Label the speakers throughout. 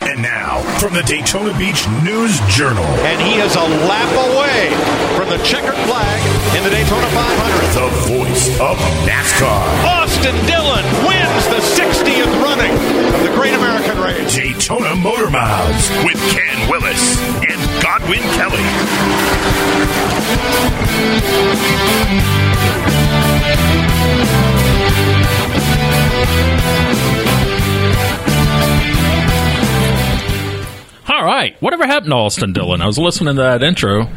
Speaker 1: And now, from the Daytona Beach News Journal.
Speaker 2: And he is a lap away from the checkered flag in the Daytona 500.
Speaker 1: The voice of NASCAR.
Speaker 2: Austin Dillon wins the 60th running of the Great American Race.
Speaker 1: Daytona Motor Miles with Ken Willis and Godwin Kelly.
Speaker 3: All right. Whatever happened to Austin Dillon? I was listening to that intro. A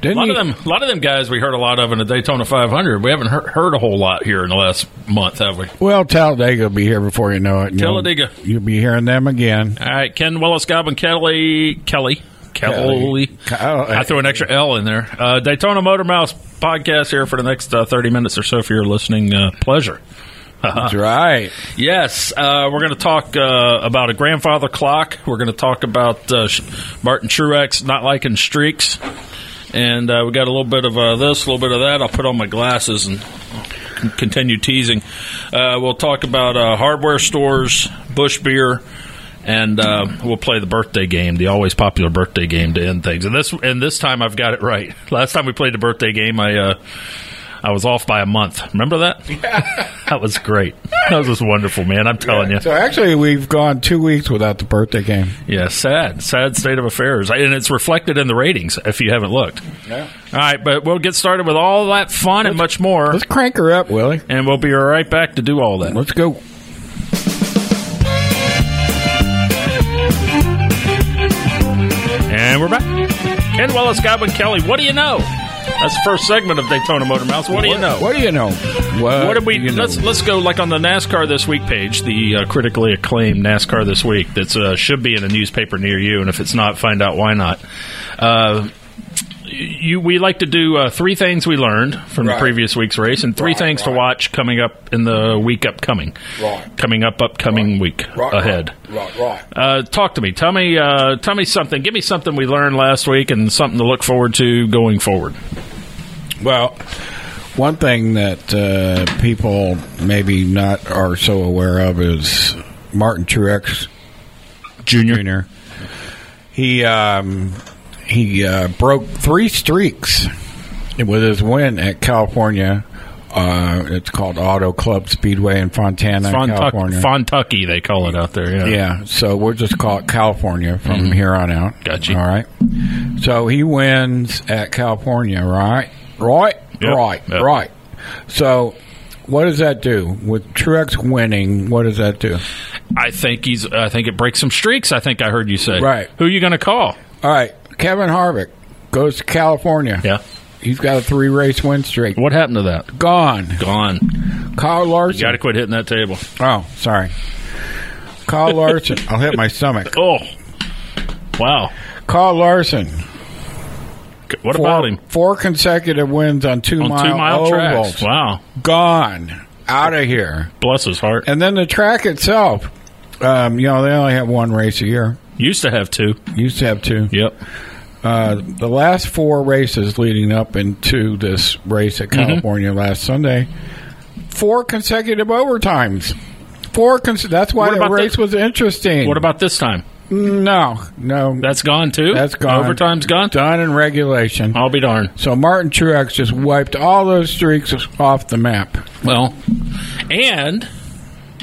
Speaker 4: Didn't
Speaker 3: lot
Speaker 4: he,
Speaker 3: of them, a lot of them guys we heard a lot of in the Daytona 500. We haven't heard, heard a whole lot here in the last month, have we?
Speaker 4: Well, Talladega will be here before you know it. and you'll-
Speaker 3: Talladega.
Speaker 4: You'll, be hearing them again.
Speaker 3: All right, Ken Willis, Goblin Kelly, Kelly, Kelly.
Speaker 4: Kelly. Kel-
Speaker 3: I threw an extra L in there. Uh, Daytona Motor Mouse podcast here for the next uh, thirty minutes or so for your listening uh, pleasure. Uh-huh.
Speaker 4: That's right.
Speaker 3: Yes, uh, we're going to talk uh, about a grandfather clock. We're going to talk about uh, Sh- Martin Truex not liking streaks, and uh, we got a little bit of uh, this, a little bit of that. I'll put on my glasses and c- continue teasing. Uh, we'll talk about uh, hardware stores, Bush beer. And uh, we'll play the birthday game, the always popular birthday game to end things. And this and this time I've got it right. Last time we played the birthday game, I uh, I was off by a month. Remember that? That was great. That was just wonderful, man. I'm telling you.
Speaker 4: So actually, we've gone two weeks without the birthday game.
Speaker 3: Yeah, sad, sad state of affairs, and it's reflected in the ratings if you haven't looked.
Speaker 4: Yeah.
Speaker 3: All right, but we'll get started with all that fun and much more,
Speaker 4: Let's crank her up, Willie.
Speaker 3: and we'll be right back to do all that.
Speaker 4: Let's go.
Speaker 3: And we're back. Ken Wallace, Godwin Kelly. What do you know? That's the first segment of Daytona Motor Mouse. What do you know?
Speaker 4: What do you know? What,
Speaker 3: What did we?
Speaker 4: do Uh, you know?
Speaker 3: Let's let's go like on the NASCAR this week page, the uh, critically acclaimed NASCAR this week. That's uh, should be in a newspaper near you, and if it's not, find out why not. Uh, you, we like to do uh, three things we learned from the
Speaker 4: Right.
Speaker 3: previous week's race, and three things to watch coming up in the week upcoming,
Speaker 4: Right.
Speaker 3: coming up upcoming week ahead.
Speaker 4: Right, right.
Speaker 3: Uh, talk to me. Tell me. Uh, tell me something. Give me something we learned last week, and something to look forward to going forward.
Speaker 4: Well, one thing that uh, people maybe not are so aware of is Martin Truex Jr. He um, he uh, broke three streaks with his win at California. Uh, it's called Auto Club Speedway in Fontana, California.
Speaker 3: Fontuck, Fontucky, they call it out there.
Speaker 4: Yeah, so we'll just call it California from here on out.
Speaker 3: Mm-hmm. Gotcha.
Speaker 4: All right. So he wins at California, right? Right?
Speaker 3: Yep.
Speaker 4: Right.
Speaker 3: Yep.
Speaker 4: Right. So what does that do? With Truex winning, what does that do?
Speaker 3: I think he's. I think it breaks some streaks. I think I heard you say.
Speaker 4: Right.
Speaker 3: Who are you going to call?
Speaker 4: All right. Kevin Harvick goes to California.
Speaker 3: Yeah.
Speaker 4: He's got a three race win streak.
Speaker 3: What happened to that?
Speaker 4: Gone.
Speaker 3: Gone.
Speaker 4: Kyle
Speaker 3: You got
Speaker 4: Larson.
Speaker 3: to quit hitting that table.
Speaker 4: Oh, sorry. Kyle Larson. I'll hit my stomach.
Speaker 3: Oh. Wow.
Speaker 4: Kyle Larson.
Speaker 3: C- What
Speaker 4: Four,
Speaker 3: about him?
Speaker 4: four consecutive wins on two
Speaker 3: On
Speaker 4: mile
Speaker 3: two mile
Speaker 4: ovals.
Speaker 3: tracks. Wow.
Speaker 4: gone out of here.
Speaker 3: Bless his heart.
Speaker 4: And then the track itself, um, you know, they only have one race a year.
Speaker 3: Used to have two.
Speaker 4: Used to have two.
Speaker 3: Yep.
Speaker 4: Uh, the last four races leading up into this race at
Speaker 3: Mm-hmm.
Speaker 4: California last Sunday, four consecutive overtimes. Four. Cons- that's why
Speaker 3: What
Speaker 4: the
Speaker 3: about
Speaker 4: race
Speaker 3: the-
Speaker 4: was interesting.
Speaker 3: What about this time?
Speaker 4: no, no?
Speaker 3: That's gone too.
Speaker 4: that's gone.
Speaker 3: Overtime's gone.
Speaker 4: Done in regulation.
Speaker 3: I'll be darned.
Speaker 4: So Martin Truex just wiped all those streaks off the map.
Speaker 3: Well, and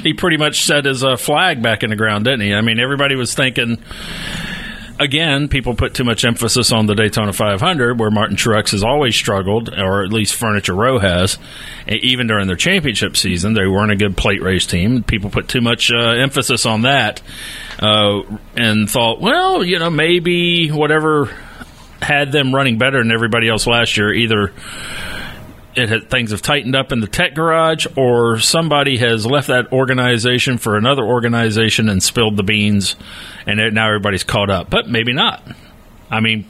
Speaker 3: he pretty much set his uh, flag back in the ground, didn't he? I mean, everybody was thinking. Again, people put too much emphasis on the Daytona 500, where Martin Truex has always struggled, or at least Furniture Row has. E- Even during their championship season, they weren't a good plate race team. People put too much uh, emphasis on that uh, and thought, well, you know, maybe whatever had them running better than everybody else last year, either it had, things have tightened up in the tech garage, or somebody has left that organization for another organization and spilled the beans, and it, now everybody's caught up. But maybe not. I mean,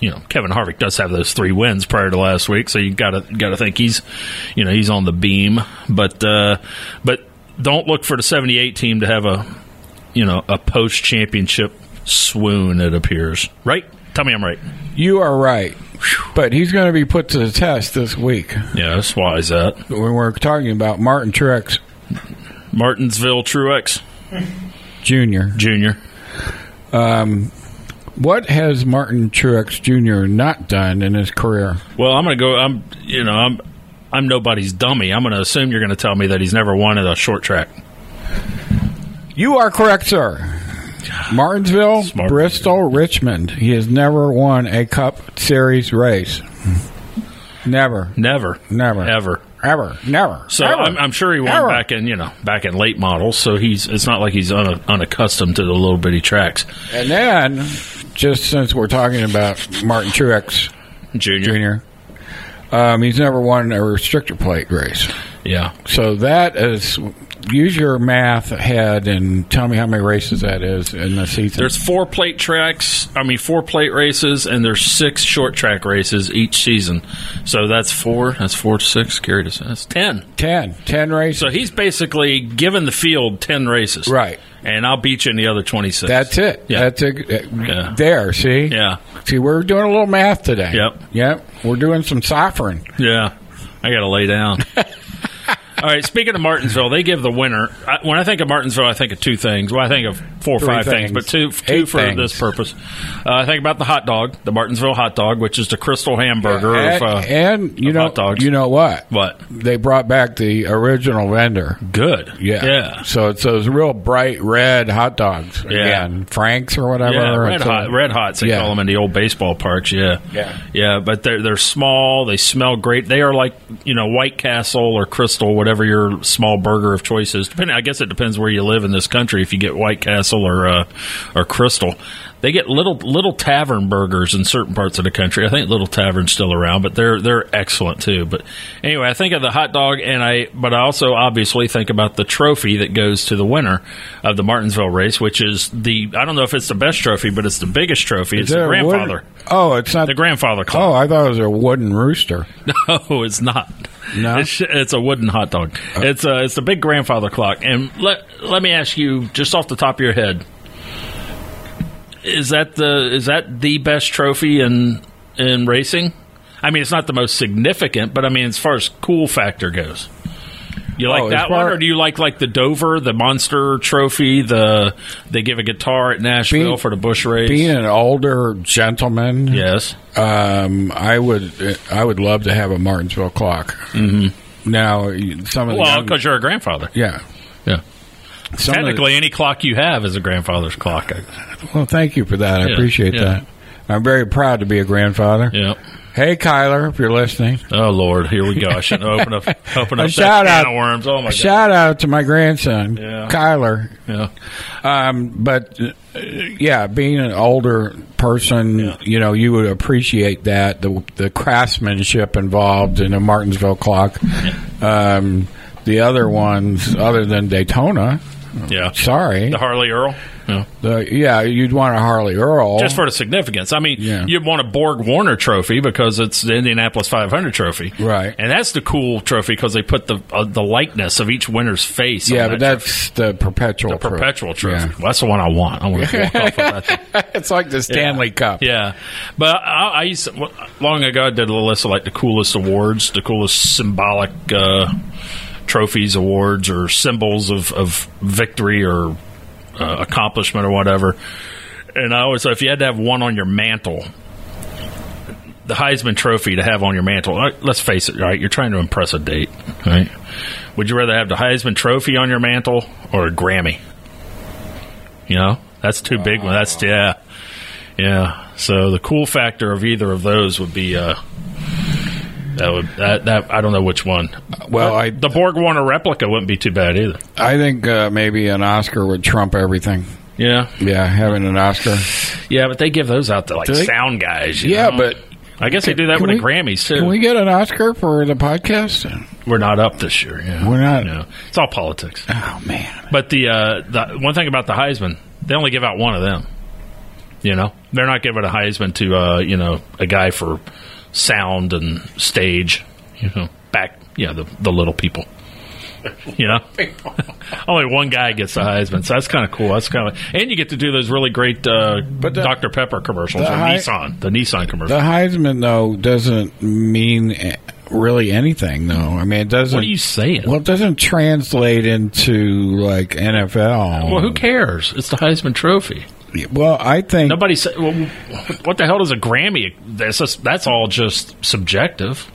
Speaker 3: you know, Kevin Harvick does have those three wins prior to last week, so you gotta gotta think he's, you know, he's on the beam. But uh, but don't look for the '78 team to have a, you know, a post championship swoon. It appears right. Tell me I'm right.
Speaker 4: You are right. But he's going to be put to the test this week.
Speaker 3: Yeah, that's why is that
Speaker 4: when we're talking about Martin Truex.
Speaker 3: Martinsville Truex.
Speaker 4: Junior.
Speaker 3: Junior.
Speaker 4: What has Martin Truex Jr. not done in his career?
Speaker 3: Well, I'm going to go. I'm you know I'm I'm nobody's dummy. I'm going to assume you're going to tell me that he's never won at a short track.
Speaker 4: You are correct, sir. Martinsville,
Speaker 3: Smart.
Speaker 4: Bristol, Richmond. He has never won a Cup Series race. Never,
Speaker 3: Never,
Speaker 4: never,
Speaker 3: ever.
Speaker 4: ever, never.
Speaker 3: So
Speaker 4: ever.
Speaker 3: I'm, I'm sure he won
Speaker 4: Ever.
Speaker 3: back in you know back in late models. So he's it's not like he's un, unaccustomed to the little bitty tracks.
Speaker 4: And then, just since we're talking about Martin Truex
Speaker 3: Junior,
Speaker 4: Jr., um, he's never won a restrictor plate race.
Speaker 3: yeah,
Speaker 4: So that is. Use your math head and tell me how many races that is in the season.
Speaker 3: There's four plate tracks. I mean, four plate races, and there's six short track races each season. So that's four. That's four, six. Carry to that's ten.
Speaker 4: ten. Ten races.
Speaker 3: So he's basically given the field ten races,
Speaker 4: Right.
Speaker 3: And I'll beat you in the other twenty six.
Speaker 4: That's it.
Speaker 3: Yeah.
Speaker 4: That's it.
Speaker 3: Yeah.
Speaker 4: There, see?
Speaker 3: yeah,
Speaker 4: See, we're doing a little math today.
Speaker 3: Yep.
Speaker 4: Yep. We're doing some ciphering.
Speaker 3: yeah. I got to lay down. All right. Speaking of Martinsville, they give the winner. I, when I think of Martinsville, I think of two things. Well, I think of four or
Speaker 4: Three
Speaker 3: five things,
Speaker 4: things.
Speaker 3: but two, two
Speaker 4: Eight
Speaker 3: for
Speaker 4: things.
Speaker 3: this purpose. Uh, I think about the hot dog, the Martinsville hot dog, which is the Crystal hamburger. of,
Speaker 4: and,
Speaker 3: uh,
Speaker 4: and you
Speaker 3: of
Speaker 4: know,
Speaker 3: hot dogs.
Speaker 4: you know what?
Speaker 3: what?
Speaker 4: They brought back the original vendor.
Speaker 3: Good.
Speaker 4: Yeah.
Speaker 3: Yeah.
Speaker 4: So it's those real bright red hot dogs.
Speaker 3: Yeah.
Speaker 4: Again, Frank's or whatever.
Speaker 3: Yeah, red
Speaker 4: It's a-
Speaker 3: hot, red hots. They
Speaker 4: Yeah.
Speaker 3: call them in the old baseball parks. Yeah,
Speaker 4: Yeah.
Speaker 3: yeah. But they're they're small. They smell great. They are like you know White Castle or Crystal, whatever your small burger of choice is. Depending, I guess it depends where you live in this country. If you get White Castle or uh, or Crystal, they get little little tavern burgers in certain parts of the country. I think Little Tavern's still around, but they're they're excellent too. But anyway, I think of the hot dog, and I but I also obviously think about the trophy that goes to the winner of the Martinsville race, which is the I don't know if it's the best trophy, but it's the biggest trophy.
Speaker 4: Is
Speaker 3: it's the
Speaker 4: there a wood-
Speaker 3: grandfather,
Speaker 4: oh, it's not.
Speaker 3: the grandfather
Speaker 4: oh,
Speaker 3: clock.
Speaker 4: I thought it was a wooden rooster.
Speaker 3: No, it's not.
Speaker 4: No? Uh.
Speaker 3: It's, it's a wooden hot dog. it's a it's the big grandfather clock. And let let me ask you just off the top of your head, is that the is that the best trophy in in racing? I mean, it's not the most significant, but I mean, as far as cool factor goes, you like
Speaker 4: Oh, as
Speaker 3: that
Speaker 4: far-
Speaker 3: one, or do you like like the Dover, the Monster Trophy, the they give a guitar at Nashville
Speaker 4: Being-
Speaker 3: for the Bush race?
Speaker 4: Being an older gentleman,
Speaker 3: yes,
Speaker 4: um, I would, I would love to have a Martinsville clock. Mm-hmm. Now, some of the
Speaker 3: well,
Speaker 4: young-
Speaker 3: because you're a grandfather.
Speaker 4: yeah,
Speaker 3: Yeah.
Speaker 4: Some of the-
Speaker 3: Technically, any clock you have is a grandfather's clock.
Speaker 4: Well, thank you for that. I
Speaker 3: Yeah,
Speaker 4: appreciate
Speaker 3: yeah.
Speaker 4: that. I'm very proud to be a grandfather.
Speaker 3: Yeah.
Speaker 4: Hey, Kyler, if you're listening,
Speaker 3: Oh Lord, here we go. I shouldn't open up open
Speaker 4: A
Speaker 3: up
Speaker 4: shout
Speaker 3: that can
Speaker 4: out.
Speaker 3: of worms. Oh my
Speaker 4: a shout out to my grandson,
Speaker 3: Yeah.
Speaker 4: Kyler.
Speaker 3: god.
Speaker 4: Um, but uh, yeah, being an older person, you know, you would appreciate that the the craftsmanship involved in a Martinsville clock. Um, the other ones, other than Daytona,
Speaker 3: Yeah. Yeah.
Speaker 4: Oh, sorry,
Speaker 3: The Harley Earl. Yeah.
Speaker 4: The- yeah, you'd want a Harley Earl.
Speaker 3: Just for the significance. I mean,
Speaker 4: Yeah.
Speaker 3: you'd want a Borg Warner trophy because it's the Indianapolis 500 trophy.
Speaker 4: Right.
Speaker 3: And that's the cool trophy because they put the uh, the likeness of each winner's face
Speaker 4: yeah,
Speaker 3: on
Speaker 4: but
Speaker 3: that
Speaker 4: that's the perpetual
Speaker 3: trophy.
Speaker 4: proof.
Speaker 3: perpetual trophy.
Speaker 4: Yeah.
Speaker 3: Well, that's the one I want. I want to walk off with that thing.
Speaker 4: it's like the Stanley Cup.
Speaker 3: Yeah, but I, I used to, long ago I did a list of like the coolest awards, the coolest symbolic uh, trophies, awards, or symbols of, of victory or uh, accomplishment or whatever. And I always so if you had to have one on your mantle, the Heisman Trophy to have on your mantle. all right, let's face it, right? You're trying to impress a date, right? Would you rather have the Heisman Trophy on your mantle or a Grammy? You know, that's too big. One. That's yeah, yeah. So the cool factor of either of those would be uh, that would that, that I don't know which one. Uh,
Speaker 4: Well, I
Speaker 3: The Borg Warner replica wouldn't be too bad either.
Speaker 4: I think uh, maybe an Oscar would trump everything.
Speaker 3: Yeah,
Speaker 4: Yeah, having an Oscar.
Speaker 3: yeah, but they give those out to like
Speaker 4: Do they?
Speaker 3: sound guys. you
Speaker 4: Yeah,
Speaker 3: know?
Speaker 4: but
Speaker 3: I guess they do that
Speaker 4: Can
Speaker 3: with the
Speaker 4: we-
Speaker 3: Grammys too.
Speaker 4: can we get an Oscar for the podcast?
Speaker 3: We're not up this year. Yeah.
Speaker 4: We're not.
Speaker 3: No. It's all politics.
Speaker 4: Oh man,
Speaker 3: But the uh, the one thing about the Heisman, they only give out one of them. You know, they're not giving a Heisman to uh, you know a guy for sound and stage. You know, back yeah the the little people. You know, only one guy gets the Heisman, so that's kind of cool. That's kind of, and you get to do those really great uh,
Speaker 4: the-
Speaker 3: Dr Pepper commercials,
Speaker 4: the
Speaker 3: or
Speaker 4: Hei-
Speaker 3: Nissan, the Nissan
Speaker 4: the
Speaker 3: commercial.
Speaker 4: Heisman though doesn't mean really anything, though. I mean, it doesn't.
Speaker 3: What are you saying?
Speaker 4: Well, it doesn't translate into like NFL.
Speaker 3: Well, who cares? It's the Heisman Trophy.
Speaker 4: Well, I think
Speaker 3: Nobody said. Well, what the hell does a Grammy? That's just, that's all just subjective.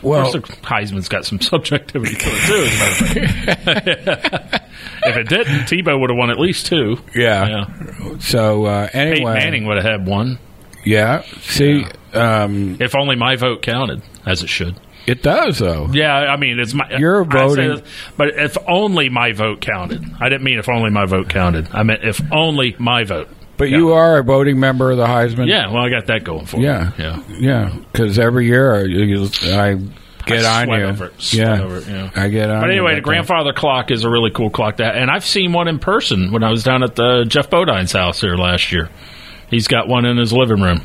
Speaker 4: Well-
Speaker 3: Of course the Heisman's got some subjectivity to it too. As a matter of fact. if it didn't, Tebow would have won at least two.
Speaker 4: Yeah.
Speaker 3: yeah.
Speaker 4: So uh,
Speaker 3: Peyton
Speaker 4: anyway,
Speaker 3: Manning would have had one.
Speaker 4: yeah. See, Um,
Speaker 3: If only my vote counted, as it should.
Speaker 4: it does though.
Speaker 3: Yeah, I mean, it's my.
Speaker 4: You're
Speaker 3: I say
Speaker 4: voting-
Speaker 3: this, but if only my vote counted. I didn't mean if only my vote counted. I meant if only my vote.
Speaker 4: But you are a voting member of the Heisman.
Speaker 3: Yeah, well, I got that going for me.
Speaker 4: Yeah.
Speaker 3: yeah.
Speaker 4: Yeah. Because every year I, you- I get
Speaker 3: I
Speaker 4: on
Speaker 3: sweat
Speaker 4: you.
Speaker 3: over it, sweat
Speaker 4: yeah.
Speaker 3: over it, yeah.
Speaker 4: I get on.
Speaker 3: But
Speaker 4: you
Speaker 3: anyway,
Speaker 4: about
Speaker 3: the
Speaker 4: that.
Speaker 3: grandfather clock is a really cool clock. That, and I've seen one in person when I was down at the Jeff Bodine's house here last year. He's got one in his living room.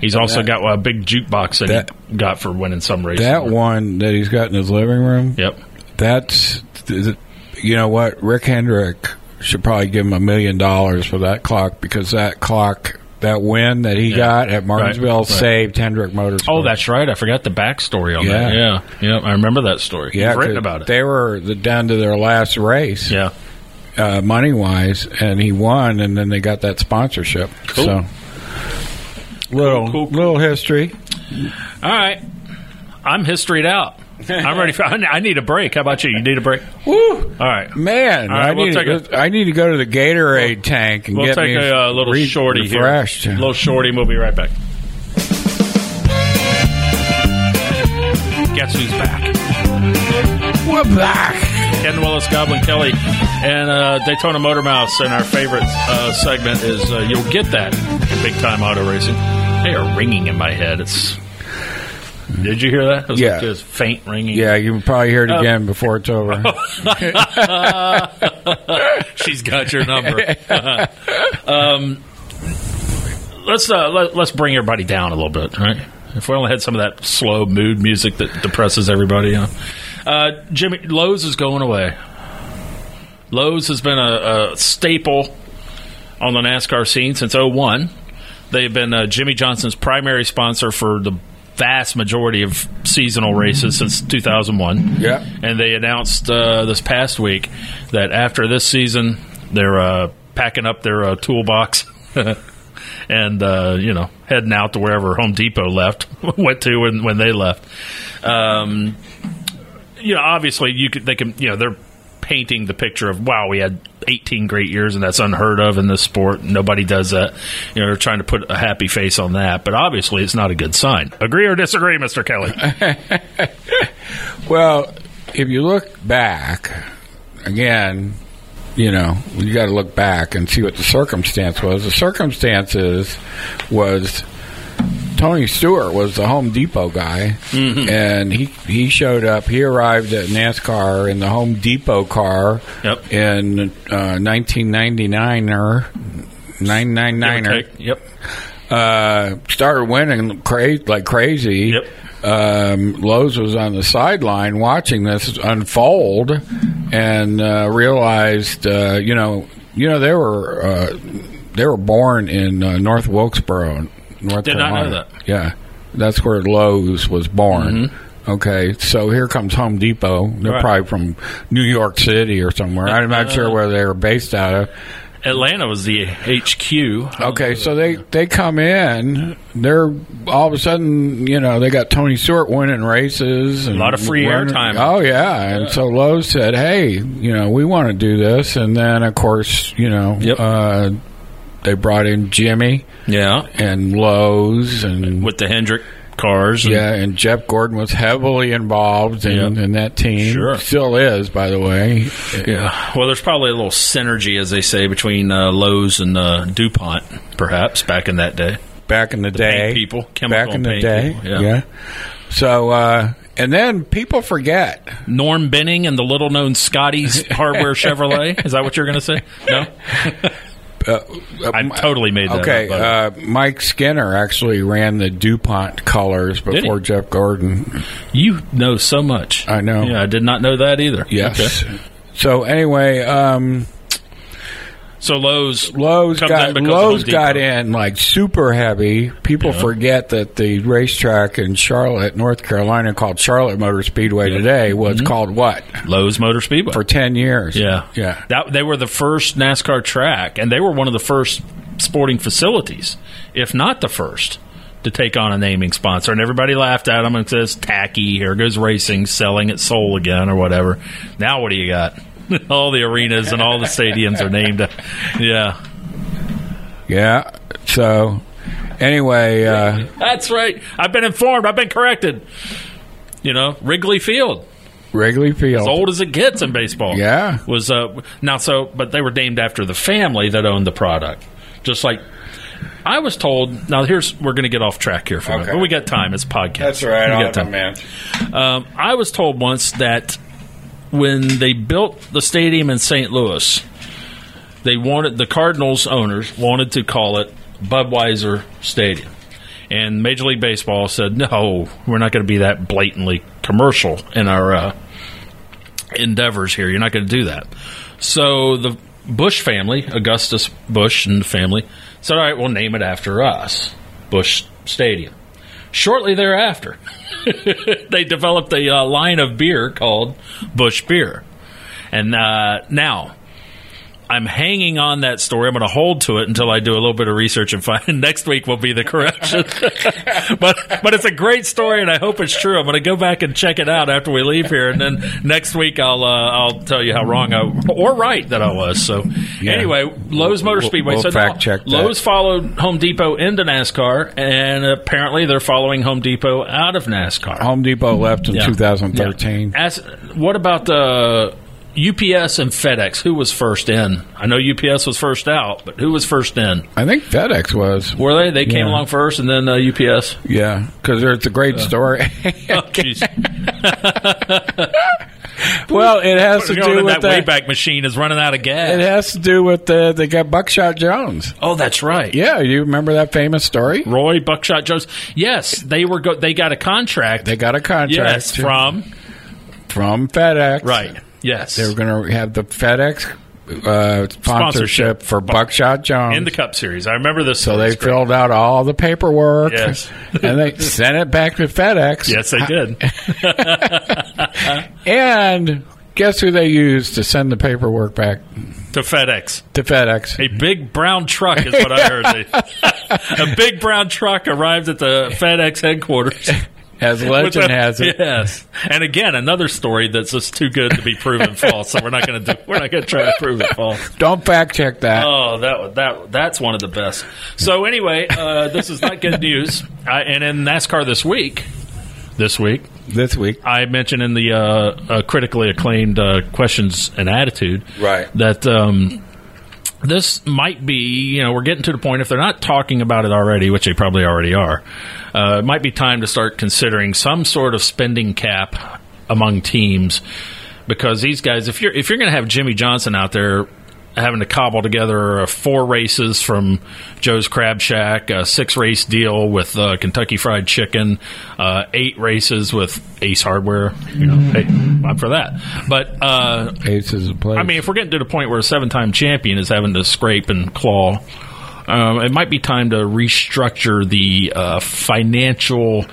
Speaker 3: He's also got a big jukebox that,
Speaker 4: That-
Speaker 3: he got for winning some race.
Speaker 4: That one that he's got in his living room.
Speaker 3: Yep.
Speaker 4: That's. th- th- You know what? Rick Hendrick should probably give him a million dollars for that clock because that clock. That win that he got at Martinsville
Speaker 3: right.
Speaker 4: saved Hendrick Motorsports.
Speaker 3: Oh, that's right. I forgot the backstory on that.
Speaker 4: Yeah.
Speaker 3: Yeah. Yeah. I remember that story.
Speaker 4: yeah.
Speaker 3: You've written
Speaker 4: 'cause
Speaker 3: about it.
Speaker 4: They were the, down to their last race.
Speaker 3: yeah.
Speaker 4: uh, money wise, and he won, and then they got that sponsorship.
Speaker 3: Cool.
Speaker 4: So little
Speaker 3: Cool, cool.
Speaker 4: little history.
Speaker 3: All right. I'm historied out. I'm ready for. I need a break. How about you? You need a break?
Speaker 4: Woo,
Speaker 3: All right.
Speaker 4: man!
Speaker 3: All right,
Speaker 4: I
Speaker 3: we'll
Speaker 4: need
Speaker 3: take
Speaker 4: to- I need to go to the Gatorade tank and
Speaker 3: We'll
Speaker 4: get
Speaker 3: take
Speaker 4: me
Speaker 3: a, uh little
Speaker 4: re-
Speaker 3: shorty
Speaker 4: refreshed.
Speaker 3: here. Little shorty. and We'll be right back. Guess who's back?
Speaker 4: We're back.
Speaker 3: Ken Willis, Goblin Kelly, and uh, Daytona Motor Mouse. And our favorite uh, segment is uh, "You'll Get That" in Big Time Auto Racing. They are ringing in my head. It's did you hear that? It was
Speaker 4: Yeah.
Speaker 3: like this faint ringing.
Speaker 4: Yeah, you can probably
Speaker 3: Uh,
Speaker 4: hear it again before it's over.
Speaker 3: oh, She's got your number. um, let's uh, let, let's bring everybody down a little bit, all right? If we only had some of that slow mood music that depresses everybody. You know? uh, Jimmy Lowe's is going away. Lowe's has been a, a staple on the NASCAR scene since 01. They've been uh, Jimmy Johnson's primary sponsor for the vast majority of seasonal races since 2001.
Speaker 4: Yeah.
Speaker 3: And they announced uh, this past week that after this season, they're uh, packing up their uh, toolbox and, uh, you know, heading out to wherever Home Depot left, went to when, when they left. Um, you know, obviously, you could, they can, you know, they're painting the picture of wow we had 18 great years and that's unheard of in this sport nobody does that you know they're trying to put a happy face on that but obviously it's not a good sign agree or disagree mr kelly
Speaker 4: Well, if you look back again, you know you got to look back and see what the circumstance was. The circumstances was Tony Stewart was the Home Depot guy,
Speaker 3: Mm-hmm.
Speaker 4: and he he showed up. He arrived at NASCAR in the Home Depot car
Speaker 3: Yep.
Speaker 4: in uh, 1999 or
Speaker 3: Give
Speaker 4: 999
Speaker 3: or
Speaker 4: er
Speaker 3: take. yep
Speaker 4: uh, started winning cra- like crazy.
Speaker 3: Yep.
Speaker 4: Um, Lowe's was on the sideline watching this unfold and uh, realized, uh, you know, you know they were uh, they were born in uh, North Wilkesboro, North
Speaker 3: Did not know
Speaker 4: Carolina.
Speaker 3: that.
Speaker 4: Yeah, that's where Lowe's was born. Okay, so here comes Home Depot. They're
Speaker 3: Mm-hmm. Right. Uh,
Speaker 4: probably from New York City or somewhere. I'm not sure where they were based out of.
Speaker 3: Atlanta was the HQ.
Speaker 4: Okay, so they they come in. They're all of a sudden, you know, they got Tony Stewart winning races. And a
Speaker 3: Lot of free airtime.
Speaker 4: Oh yeah, and so Lowe said, "Hey, you know, we want to do this." And then, of course, you know,
Speaker 3: Yep.
Speaker 4: uh, they brought in Jimmy
Speaker 3: Yeah,
Speaker 4: and Lowe's and.
Speaker 3: with the Hendrick cars. and-
Speaker 4: yeah, and Jeff Gordon was heavily involved in,
Speaker 3: Yep.
Speaker 4: in that team.
Speaker 3: Sure.
Speaker 4: Still is, by the way.
Speaker 3: yeah. Well, there's probably a little synergy, as they say, between uh, Lowe's and uh, DuPont, perhaps back in that day.
Speaker 4: back in the, day.
Speaker 3: paint people, chemical
Speaker 4: back in
Speaker 3: and
Speaker 4: the
Speaker 3: paint
Speaker 4: day.
Speaker 3: people, yeah.
Speaker 4: So, uh, and then people forget.
Speaker 3: Norm Benning and the little-known Scotty's Hardware Chevrolet. Is that what you're going to say? No, I totally made that.
Speaker 4: Uh, Okay,
Speaker 3: up, but-
Speaker 4: uh, Mike Skinner actually ran the DuPont colors
Speaker 3: he?
Speaker 4: before Jeff Gordon.
Speaker 3: you know so much.
Speaker 4: I know.
Speaker 3: Yeah, I did not know that either.
Speaker 4: Yes.
Speaker 3: Okay.
Speaker 4: So anyway, um,
Speaker 3: So Lowe's
Speaker 4: Lowe's
Speaker 3: comes
Speaker 4: got
Speaker 3: in because
Speaker 4: Lowe's
Speaker 3: of Home Depot.
Speaker 4: got in like super heavy. People forget that the racetrack in Charlotte, North Carolina, called Charlotte Motor Speedway today was called what
Speaker 3: Lowe's Motor Speedway.
Speaker 4: for ten years?
Speaker 3: Mm-hmm. yeah,
Speaker 4: yeah.
Speaker 3: That they were the first NASCAR track, and they were one of the first sporting facilities, if not the first, to take on a naming sponsor. And everybody laughed at them and says, "Tacky, here goes racing, selling its soul again, or whatever." Now, what do you got? all the arenas and all the stadiums are named. Yeah,
Speaker 4: yeah. So anyway, uh,
Speaker 3: that's right. I've been informed. I've been corrected. You know, Wrigley Field.
Speaker 4: Wrigley Field.
Speaker 3: as old as it gets in baseball.
Speaker 4: Yeah.
Speaker 3: was uh, now so, but they were named after the family that owned the product. Just like I was told. Now here's we're going to get off track here for a minute,
Speaker 4: Okay.
Speaker 3: but we got time. It's podcast. We got time. Um, I was told once that when they built the stadium in St. Louis, they wanted the Cardinals owners wanted to call it Budweiser Stadium. And Major League Baseball said, "No, we're not going to be that blatantly commercial in our uh, endeavors here. You're not going to do that." So the Bush family, Augustus Bush and the family, said, "All right, we'll name it after us, Bush Stadium." Shortly thereafter, they developed a uh, line of beer called Bush Beer. And uh, now I'm hanging on that story. I'm going to hold to it until I do a little bit of research and find next week will be the correction. but but it's a great story and I hope it's true. I'm going to go back and check it out after we leave here and then next week I'll uh, I'll tell you how wrong I or right that I was. So anyway, Lowe's Motor
Speaker 4: We'll-
Speaker 3: Speedway
Speaker 4: we'll
Speaker 3: so
Speaker 4: fact check that.
Speaker 3: Lowe's followed Home Depot into NASCAR and apparently they're following Home Depot out of NASCAR.
Speaker 4: Home Depot left in
Speaker 3: Yeah.
Speaker 4: 2013.
Speaker 3: Yeah. As, what about uh, the UPS and FedEx? Who was first in? I know UPS was first out, but who was first in?
Speaker 4: I think FedEx was.
Speaker 3: Were they? They came
Speaker 4: Yeah.
Speaker 3: along first, and then uh, UPS.
Speaker 4: Yeah, because there's a great story.
Speaker 3: Oh, jeez.
Speaker 4: well, it has to
Speaker 3: You're running
Speaker 4: do with
Speaker 3: that
Speaker 4: that.
Speaker 3: Wayback Machine is running out of gas.
Speaker 4: It has to do with the they got Buckshot Jones.
Speaker 3: oh, that's right.
Speaker 4: Yeah, you remember that famous story?
Speaker 3: Roy Buckshot Jones. Yes, they were. Go- they got a contract.
Speaker 4: They got a contract
Speaker 3: yes, from
Speaker 4: from FedEx.
Speaker 3: right. Yes,
Speaker 4: They were going to have the FedEx uh, sponsorship,
Speaker 3: Sponsorship.
Speaker 4: for Buckshot Jones.
Speaker 3: in the Cup Series. I remember this.
Speaker 4: so they
Speaker 3: It's great.
Speaker 4: filled out all the paperwork.
Speaker 3: Yes.
Speaker 4: and they sent it back to FedEx.
Speaker 3: Yes, they did.
Speaker 4: And guess who they used to send the paperwork back
Speaker 3: to FedEx.
Speaker 4: to FedEx?
Speaker 3: A big brown truck is what I heard. They- a big brown truck arrived at the FedEx headquarters.
Speaker 4: As
Speaker 3: With
Speaker 4: legend
Speaker 3: a-
Speaker 4: has it.
Speaker 3: Yes. And again, another story that's just too good to be proven false. So we're not going to do, we're not going to try to prove it false.
Speaker 4: Don't fact check that.
Speaker 3: Oh, that wa- that that's one of the best. So anyway, uh, this is not good news. I, and in NASCAR this week, this week
Speaker 4: this week.
Speaker 3: I mentioned in the uh, uh, critically acclaimed uh, questions and attitude,
Speaker 4: Right.
Speaker 3: That um, this might be, you know, we're getting to the point. If they're not talking about it already, which they probably already are, uh, it might be time to start considering some sort of spending cap among teams because these guys, if you're if you're going to have Jimmy Johnson out there. Having to cobble together uh, four races from Joe's Crab Shack, a six race deal with uh, Kentucky Fried Chicken, uh, eight races with Ace Hardware. You know, hey, I'm for that. But uh,
Speaker 4: Ace is a place.
Speaker 3: I mean, if we're getting to the point where a seven time champion is having to scrape and claw, um, it might be time to restructure the uh, financial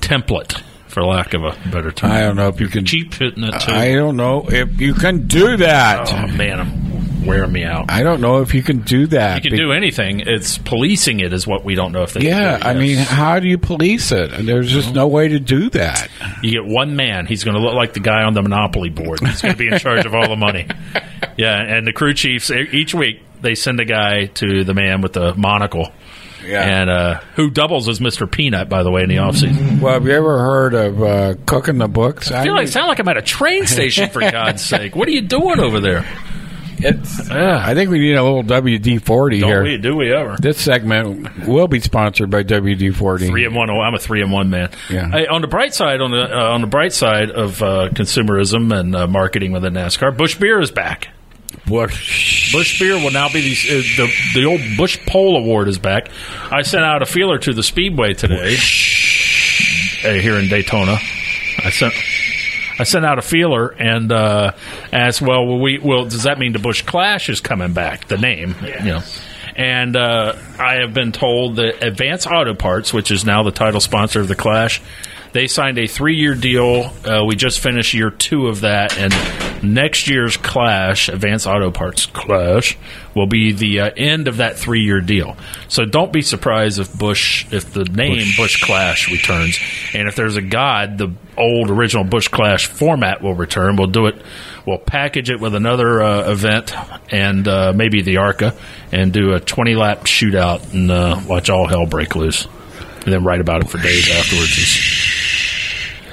Speaker 3: template, for lack of a better term.
Speaker 4: I don't know if you can.
Speaker 3: Cheap hitting it too.
Speaker 4: I don't know if you can do that.
Speaker 3: oh man, I'm wearing me out.
Speaker 4: I don't know if you can do that.
Speaker 3: You can do anything. It's policing it is what we don't know if they. can
Speaker 4: yeah,
Speaker 3: do,
Speaker 4: I
Speaker 3: yes.
Speaker 4: mean, how do you police it? And There's just no way to do that.
Speaker 3: you get one man. He's going to look like the guy on the Monopoly board. He's going to be in charge of all the money. Yeah, and the crew chiefs e- each week they send a guy to the man with the monocle. and uh, who doubles as Mr. Peanut, by the way, in the offseason.
Speaker 4: well, have you ever heard of uh, cooking the books?
Speaker 3: I feel like sound like I'm at a train station for God's sake. What are you doing over there?
Speaker 4: it's,
Speaker 3: Yeah,
Speaker 4: I think we need a little WD forty
Speaker 3: don't
Speaker 4: here.
Speaker 3: we? Do we ever?
Speaker 4: This segment will be sponsored by WD forty.
Speaker 3: Three and one. Oh, I'm a three and one man.
Speaker 4: Yeah.
Speaker 3: Hey, on the bright side, on the uh, on the bright side of uh, consumerism and uh, marketing within NASCAR, Bush Beer is back. Bush Beer will now be the, uh, the the old Bush Pole Award is back. I sent out a feeler to the Speedway today, uh, here in Daytona. I sent I sent out a feeler and uh, asked, "Well, will we will does that mean the Bush Clash is coming back? The name, you know." And uh, I have been told that Advance Auto Parts, which is now the title sponsor of the Clash, they signed a three-year deal. Uh, we just finished year two of that, and next year's Clash, Advanced Auto Parts Clash, will be the uh, end of that three-year deal. So don't be surprised if Bush, if the name Bush. Clash returns, and if there's a God, the old original Bush Clash format will return. We'll do it. We'll package it with another uh, event and uh, maybe the Arca, and do a 20-lap shootout and uh, watch all hell break loose, and then write about it for days afterwards.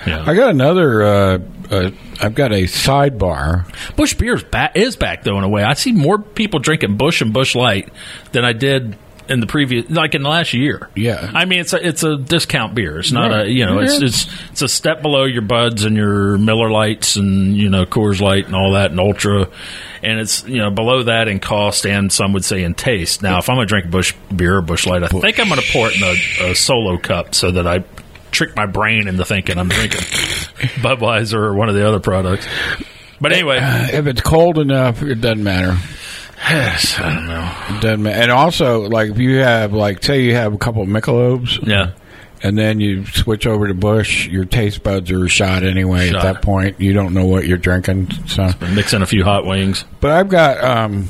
Speaker 3: Yeah.
Speaker 4: I got another. Uh, uh, I've got a sidebar.
Speaker 3: Bush beer is back, is back though in a way. I see more people drinking Bush and Bush Light than I did in the previous, like in the last year.
Speaker 4: Yeah.
Speaker 3: I mean it's a it's a discount beer. It's not a you know it's
Speaker 4: Yeah.
Speaker 3: it's it's a step below your Buds and your Miller Lights and you know Coors Light and all that and Ultra, and it's you know below that in cost and some would say in taste. Now if I'm gonna drink Bush beer or Bush Light, I think I'm gonna pour it in a, a solo cup so that I. Trick my brain into thinking I'm drinking Budweiser or one of the other products. But anyway,
Speaker 4: Uh, If it's cold enough, it doesn't matter.
Speaker 3: Yes, I don't know.
Speaker 4: It doesn't matter. And also, like if you have, like, say you have a couple of Michelobes,
Speaker 3: Yeah.
Speaker 4: and then you switch over to Bush, your taste buds are shot anyway.
Speaker 3: Shot.
Speaker 4: At that point, you don't know what you're drinking. So,
Speaker 3: Mix in a few hot wings.
Speaker 4: but I've got. um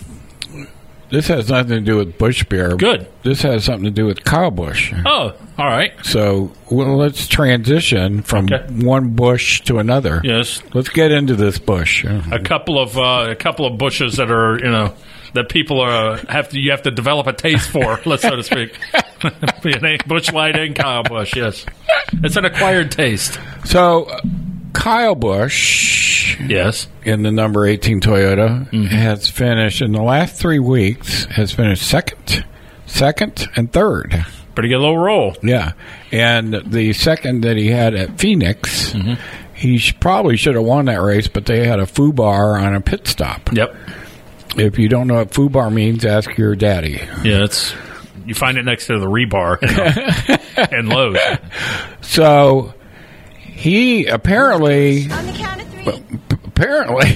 Speaker 4: This has nothing to do with Bush beer.
Speaker 3: Good.
Speaker 4: This has something to do with Kyle Bush.
Speaker 3: Oh, all right.
Speaker 4: So well, let's transition from
Speaker 3: Okay.
Speaker 4: one bush to another.
Speaker 3: Yes.
Speaker 4: Let's get into this bush.
Speaker 3: A couple of uh, a couple of bushes that are you know that people are have to you have to develop a taste for, let's so to speak. It ain't Bush Light and Kyle Bush. Yes, it's an acquired taste.
Speaker 4: So Kyle Bush
Speaker 3: Yes.
Speaker 4: in the number 18 Toyota has finished in the last 3 weeks has finished second, second and third.
Speaker 3: Pretty good little roll.
Speaker 4: Yeah. And the second that he had at Phoenix, he sh- probably should have won that race, but they had a foo bar on a pit stop.
Speaker 3: Yep.
Speaker 4: If you don't know what foo bar means, ask your daddy.
Speaker 3: Yeah, it's you find it next to the rebar you know, and Lowe's.
Speaker 4: So he apparently
Speaker 5: On the count of three.
Speaker 4: apparently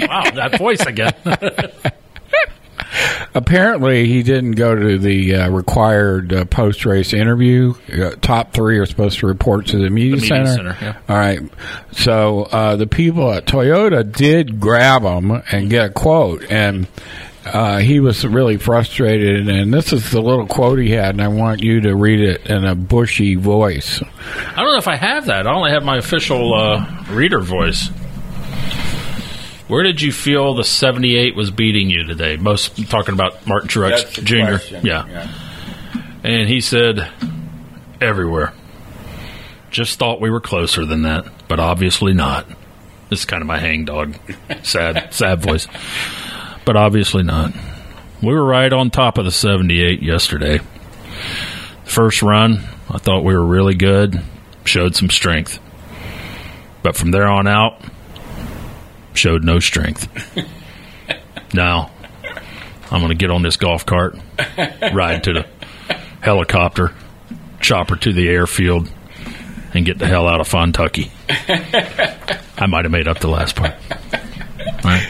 Speaker 3: Wow, that voice again.
Speaker 4: apparently he didn't go to the uh, required uh, post race interview. Uh, top three are supposed to report to the media,
Speaker 3: media center, yeah.
Speaker 4: All right. So uh, the people at Toyota did grab him and get a quote, and uh, he was really frustrated. And this is the little quote he had, and I want you to read it in a bushy voice.
Speaker 3: I don't know if I have that. I only have my official uh, reader voice. Where did you feel the 78 was beating you today? Most talking about Martin Truex Jr. Yeah. And he said, everywhere. Just thought we were closer than that, but obviously not. This is kind of my hang dog, sad, sad voice. But obviously not. We were right on top of the 78 yesterday first run, I thought we were really good, showed some strength. But from there on out, showed no strength. now, I'm going to get on this golf cart, ride to the helicopter, chopper to the airfield, and get the hell out of Fontucky. I might have made up the last part. Right.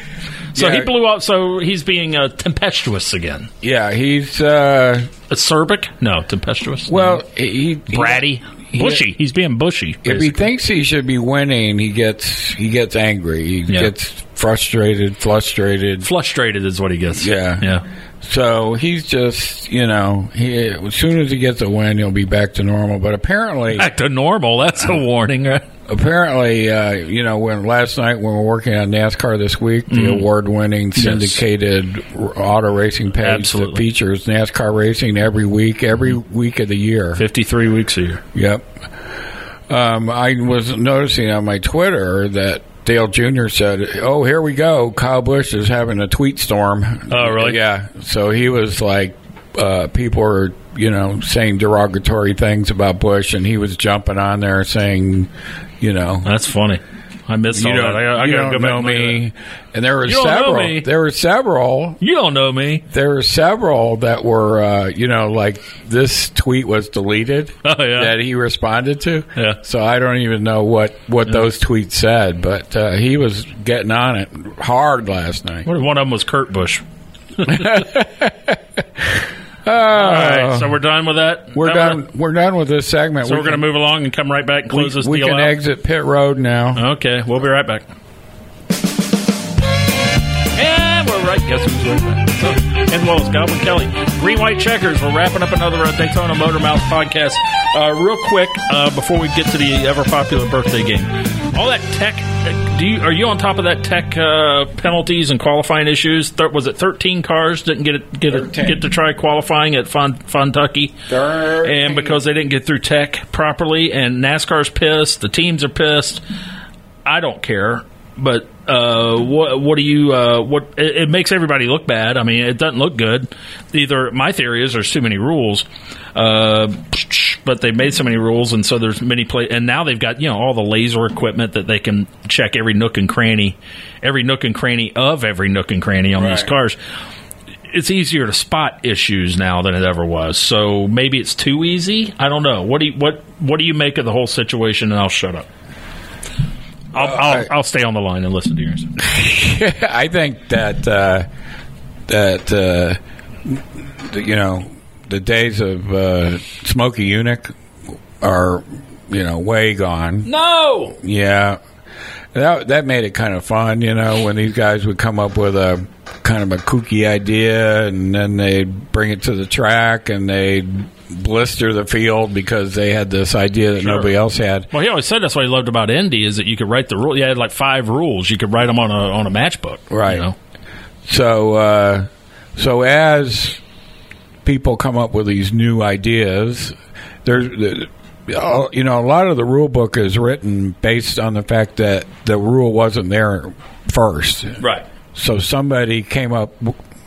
Speaker 3: So he
Speaker 4: Yeah.
Speaker 3: blew up. So he's being uh, tempestuous again.
Speaker 4: Yeah, he's uh,
Speaker 3: Acerbic? No, tempestuous.
Speaker 4: well, he,
Speaker 3: bratty, bushy. He's being bushy.
Speaker 4: If he thinks he should be winning, he gets he gets angry. He
Speaker 3: Yeah.
Speaker 4: gets frustrated, frustrated.
Speaker 3: Frustrated is what he gets.
Speaker 4: Yeah.
Speaker 3: yeah.
Speaker 4: So he's just you know he as soon as he gets a win, he'll be back to normal. But apparently,
Speaker 3: Back to normal. That's a warning, right?
Speaker 4: apparently, uh, you know when last night when we were working on NASCAR this week, the
Speaker 3: Mm-hmm.
Speaker 4: award-winning syndicated r- auto racing page
Speaker 3: Absolutely.
Speaker 4: that features NASCAR racing every week, every week of the year.
Speaker 3: Fifty-three weeks a year.
Speaker 4: Yep. Um, I was noticing on my Twitter that Dale Jr. said, "Oh, here we go. Kyle Bush is having a tweet storm."
Speaker 3: Oh, really?
Speaker 4: Yeah. So he was like, uh, people are you know saying derogatory things about Bush, and he was jumping on there saying, you know,
Speaker 3: That's funny. I missed
Speaker 4: you
Speaker 3: all
Speaker 4: don't,
Speaker 3: that. I, I
Speaker 4: you
Speaker 3: gotta
Speaker 4: don't
Speaker 3: go back
Speaker 4: know
Speaker 3: and look at
Speaker 4: me.
Speaker 3: that.
Speaker 4: And there were
Speaker 3: You don't know me.
Speaker 4: several. There were several
Speaker 3: You don't know me.
Speaker 4: there were several that were, uh, you know, like this tweet was deleted
Speaker 3: Oh, yeah.
Speaker 4: that he responded to.
Speaker 3: Yeah.
Speaker 4: So I don't even know what, what those tweets said, but uh, he was getting on it hard last night.
Speaker 3: What if one of them was Kurt Busch? all right, so we're done with that.
Speaker 4: Ah. We're
Speaker 3: That
Speaker 4: done.
Speaker 3: one?
Speaker 4: We're done with this segment.
Speaker 3: So we are going to move along and come right back and close
Speaker 4: We,
Speaker 3: this
Speaker 4: we
Speaker 3: deal
Speaker 4: can
Speaker 3: out.
Speaker 4: exit pit road now.
Speaker 3: Okay, we'll be right back. And we're right. Guess who's right back? And well, it's uh, Godwin Kelly. Green White Checkers. We're wrapping up another uh, Daytona Motor Mouth podcast. Uh, real quick, uh, before we get to the ever popular birthday game, all that tech. uh, Do you are you on top of that tech uh, penalties and qualifying issues? Thir- was it thirteen cars didn't get it, get it,
Speaker 4: 13.
Speaker 3: get to try qualifying at Fon- Fontucky? And because they didn't get through tech properly, and NASCAR's pissed, the teams are pissed. I don't care. But uh, what what do you uh, what it, it makes everybody look bad. I mean, it doesn't look good. Either my theory is there's too many rules, uh, but they made so many rules, and so there's many play. And now they've got you know all the laser equipment that they can check every nook and cranny, every nook and cranny of every nook and cranny on these
Speaker 4: Right.
Speaker 3: cars it's easier to spot issues now than it ever was. So maybe it's too easy. I don't know. What do you, what what do you make of the whole situation? And I'll shut up. I'll,
Speaker 4: Uh,
Speaker 3: I'll, I'll stay on the line and listen to yours. Oh.
Speaker 4: I think that uh, that uh, that, you know the days of uh, Smoky Eunuch are you know way gone.
Speaker 3: No,
Speaker 4: Yeah. That, that made it kind of fun, you know, when these guys would come up with a kind of a kooky idea and then they'd bring it to the track and they'd blister the field because they had this idea that nobody else had.
Speaker 3: Well, he always said that's what he loved about Indy is that you could write the rule. You had like five rules. You could write them on a on a matchbook.
Speaker 4: Right.
Speaker 3: You know?
Speaker 4: So, uh, so as people come up with these new ideas, there's, uh, you know, a lot of the rule book is written based on the fact that the rule wasn't there first.
Speaker 3: Right.
Speaker 4: So somebody came up,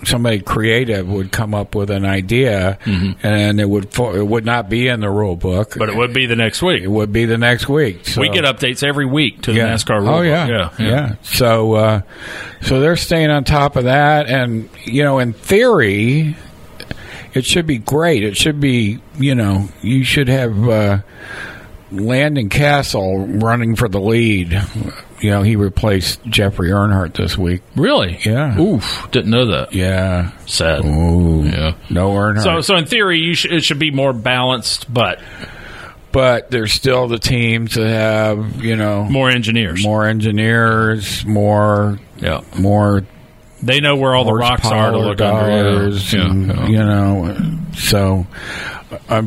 Speaker 4: somebody creative would come up with an idea, and it would fo- it would not be in the rule book,
Speaker 3: Mm-hmm. But it would be the next week.
Speaker 4: it would be the next week. So.
Speaker 3: We get updates every week to the
Speaker 4: Yeah.
Speaker 3: NASCAR rule.
Speaker 4: Oh
Speaker 3: book.
Speaker 4: yeah.
Speaker 3: yeah,
Speaker 4: yeah, So, uh, so they're staying on top of that, and you know, in theory, it should be great. It should be, you know, you should have uh, Landon Castle running for the lead. You know, he replaced Jeffrey Earnhardt this week.
Speaker 3: Really?
Speaker 4: Yeah.
Speaker 3: Oof, didn't know that.
Speaker 4: Yeah.
Speaker 3: Sad.
Speaker 4: Ooh.
Speaker 3: Yeah.
Speaker 4: No Earnhardt.
Speaker 3: So, so in theory, you sh- it should be more balanced, but
Speaker 4: but there's still the teams that have, you know,
Speaker 3: more engineers.
Speaker 4: more engineers, more,
Speaker 3: Yeah,
Speaker 4: more
Speaker 3: they know where all the rocks are to
Speaker 4: horsepower
Speaker 3: look under.
Speaker 4: dollars and, You know, so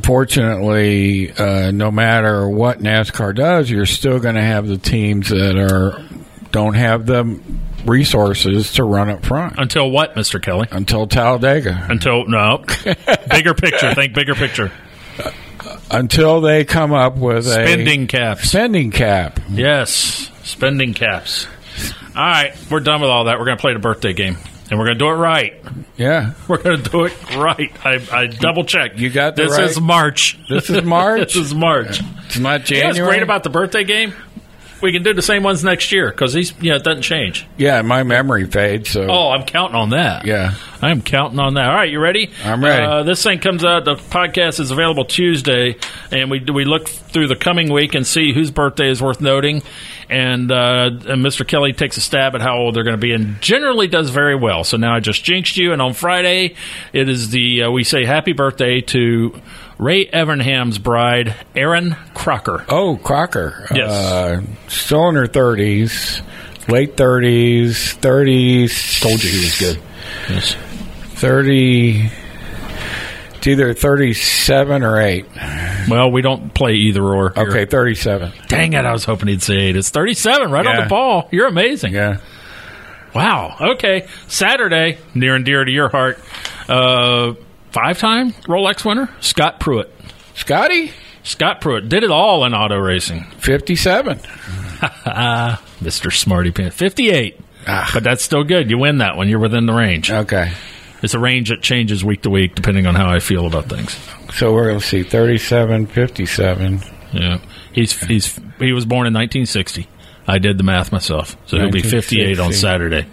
Speaker 4: unfortunately, uh, no matter what NASCAR does, you're still going to have the teams that are don't have the resources to run up front
Speaker 3: Until what, Mister Kelly?
Speaker 4: until Talladega.
Speaker 3: Until no, bigger picture. Think bigger picture.
Speaker 4: Until they come up with a
Speaker 3: Spending caps.
Speaker 4: spending cap.
Speaker 3: Yes, spending caps. All right, we're done with all that. We're going to play the birthday game, and we're going to do it right.
Speaker 4: Yeah.
Speaker 3: We're going to do it right. I, I double checked.
Speaker 4: You got the
Speaker 3: this
Speaker 4: right-
Speaker 3: is March.
Speaker 4: This is March.
Speaker 3: this is March.
Speaker 4: It's not
Speaker 3: You know
Speaker 4: January.
Speaker 3: what's great about the birthday game? We can do the same ones next year because these, you know, it doesn't change.
Speaker 4: yeah, my memory fades. So
Speaker 3: Oh, I'm counting on that.
Speaker 4: yeah,
Speaker 3: I'm counting on that. All right, you ready?
Speaker 4: I'm ready.
Speaker 3: Uh, this thing comes out. The podcast is available Tuesday, and we we look through the coming week and see whose birthday is worth noting. And, uh, and Mr. Kelly takes a stab at how old they're going to be, and generally does very well. So now I just jinxed you. And on Friday, it is the uh, we say happy birthday to Ray Evernham's bride, Erin Crocker.
Speaker 4: Oh, Crocker.
Speaker 3: Yes.
Speaker 4: Uh, still in her 30s, late 30s, 30s. Told you he was good. 30. It's either 37 or 8.
Speaker 3: Well, we don't play either or. here.
Speaker 4: Okay, 37.
Speaker 3: Dang it! I was hoping he'd say it. It's thirty-seven, right on
Speaker 4: Yeah.
Speaker 3: the ball. You're amazing.
Speaker 4: Yeah.
Speaker 3: Wow. Okay. Saturday, near and dear to your heart, uh, five time Rolex winner, Scott Pruitt.
Speaker 4: Scotty?
Speaker 3: Scott Pruitt did it all in auto racing.
Speaker 4: 57.
Speaker 3: Mr. Smarty Pants. 58.
Speaker 4: Ah.
Speaker 3: But that's still good. You win that one. You're within the range.
Speaker 4: Okay.
Speaker 3: It's a range that changes week to week depending on how I feel about things.
Speaker 4: So we're going to see 37, 57.
Speaker 3: Yeah. He's he's he was born in 1960. I did the math myself. So he'll be 58 on
Speaker 4: 1960.
Speaker 3: Saturday.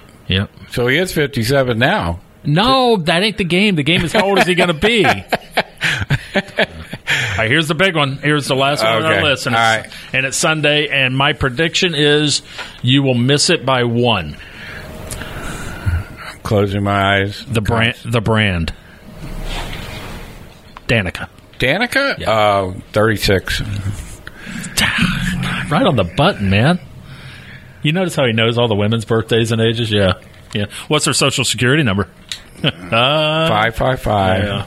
Speaker 4: 58.
Speaker 3: Yep.
Speaker 4: So he is 57 now.
Speaker 3: No, that ain't the game. The game is how old is he going to be? All right, here's the big one. Here's the last one on
Speaker 4: Okay.
Speaker 3: our list. And,
Speaker 4: All
Speaker 3: it's, and it's Sunday. And my prediction is you will miss it by one.
Speaker 4: I'm closing my eyes.
Speaker 3: The brand. The brand. Danica.
Speaker 4: Danica?
Speaker 3: Yeah. Uh,
Speaker 4: Uh, 36.
Speaker 3: Right on the button, man. You notice how he knows all the women's birthdays and ages? Yeah. Yeah. What's her social security number?
Speaker 4: 555.
Speaker 3: Yeah.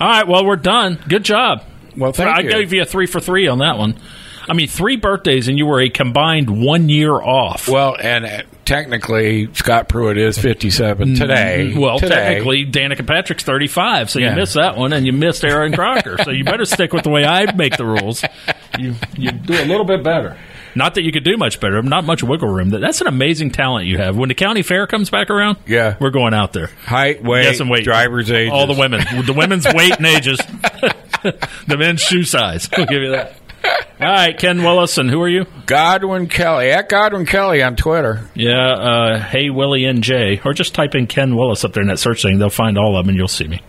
Speaker 3: All right. Well, we're done. Good job.
Speaker 4: Well, thank
Speaker 3: I
Speaker 4: you.
Speaker 3: gave you a three for three on that one. I mean, three birthdays, and you were a combined one year off.
Speaker 4: Well, and uh, technically, Scott Pruitt is 57 today.
Speaker 3: Mm-hmm. Well,
Speaker 4: Today.
Speaker 3: technically, Danica Patrick's 35, so
Speaker 4: Yeah.
Speaker 3: you missed that one, and you missed Aaron Crocker. so you better stick with the way I make the rules. You, you do a little bit better. Not that you could do much better, not much wiggle room. That- That's an amazing talent you have. When the county fair comes back around,
Speaker 4: Yeah.
Speaker 3: we're going out there.
Speaker 4: Height, weight,
Speaker 3: Yes, and weight.
Speaker 4: driver's age.
Speaker 3: All the women. The women's weight and ages. the men's shoe size. We'll give you that. All right, Ken Willis, and who are you?
Speaker 4: Godwin Kelly. At Godwin Kelly on Twitter.
Speaker 3: Yeah, uh, hey Willie and Jay, or just type in Ken Willis up there in that search thing. They'll find all of them, and you'll see me.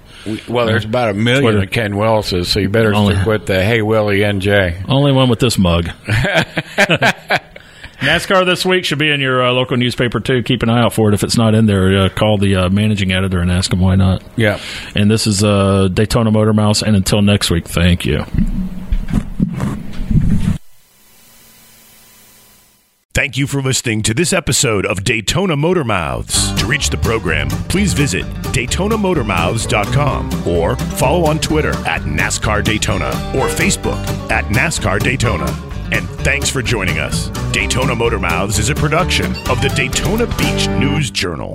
Speaker 4: Well, there's about a million
Speaker 3: Twitter.
Speaker 4: of Ken Willis's, so you better
Speaker 3: Only-
Speaker 4: stick with the Hey Willie NJ.
Speaker 3: Only one with this mug. NASCAR this week should be in your uh, local newspaper too. Keep an eye out for it. If it's not in there, uh, call the uh, managing editor and ask him why not.
Speaker 4: Yeah.
Speaker 3: And this is uh, Daytona Motor Mouse. And until next week, thank you.
Speaker 1: Thank you for listening to this episode of Daytona Motor Mouths. To reach the program, please visit DaytonaMotorMouths.com or follow on Twitter at NASCAR Daytona or Facebook at NASCAR Daytona. And thanks for joining us. Daytona Motor Mouths is a production of the Daytona Beach News Journal.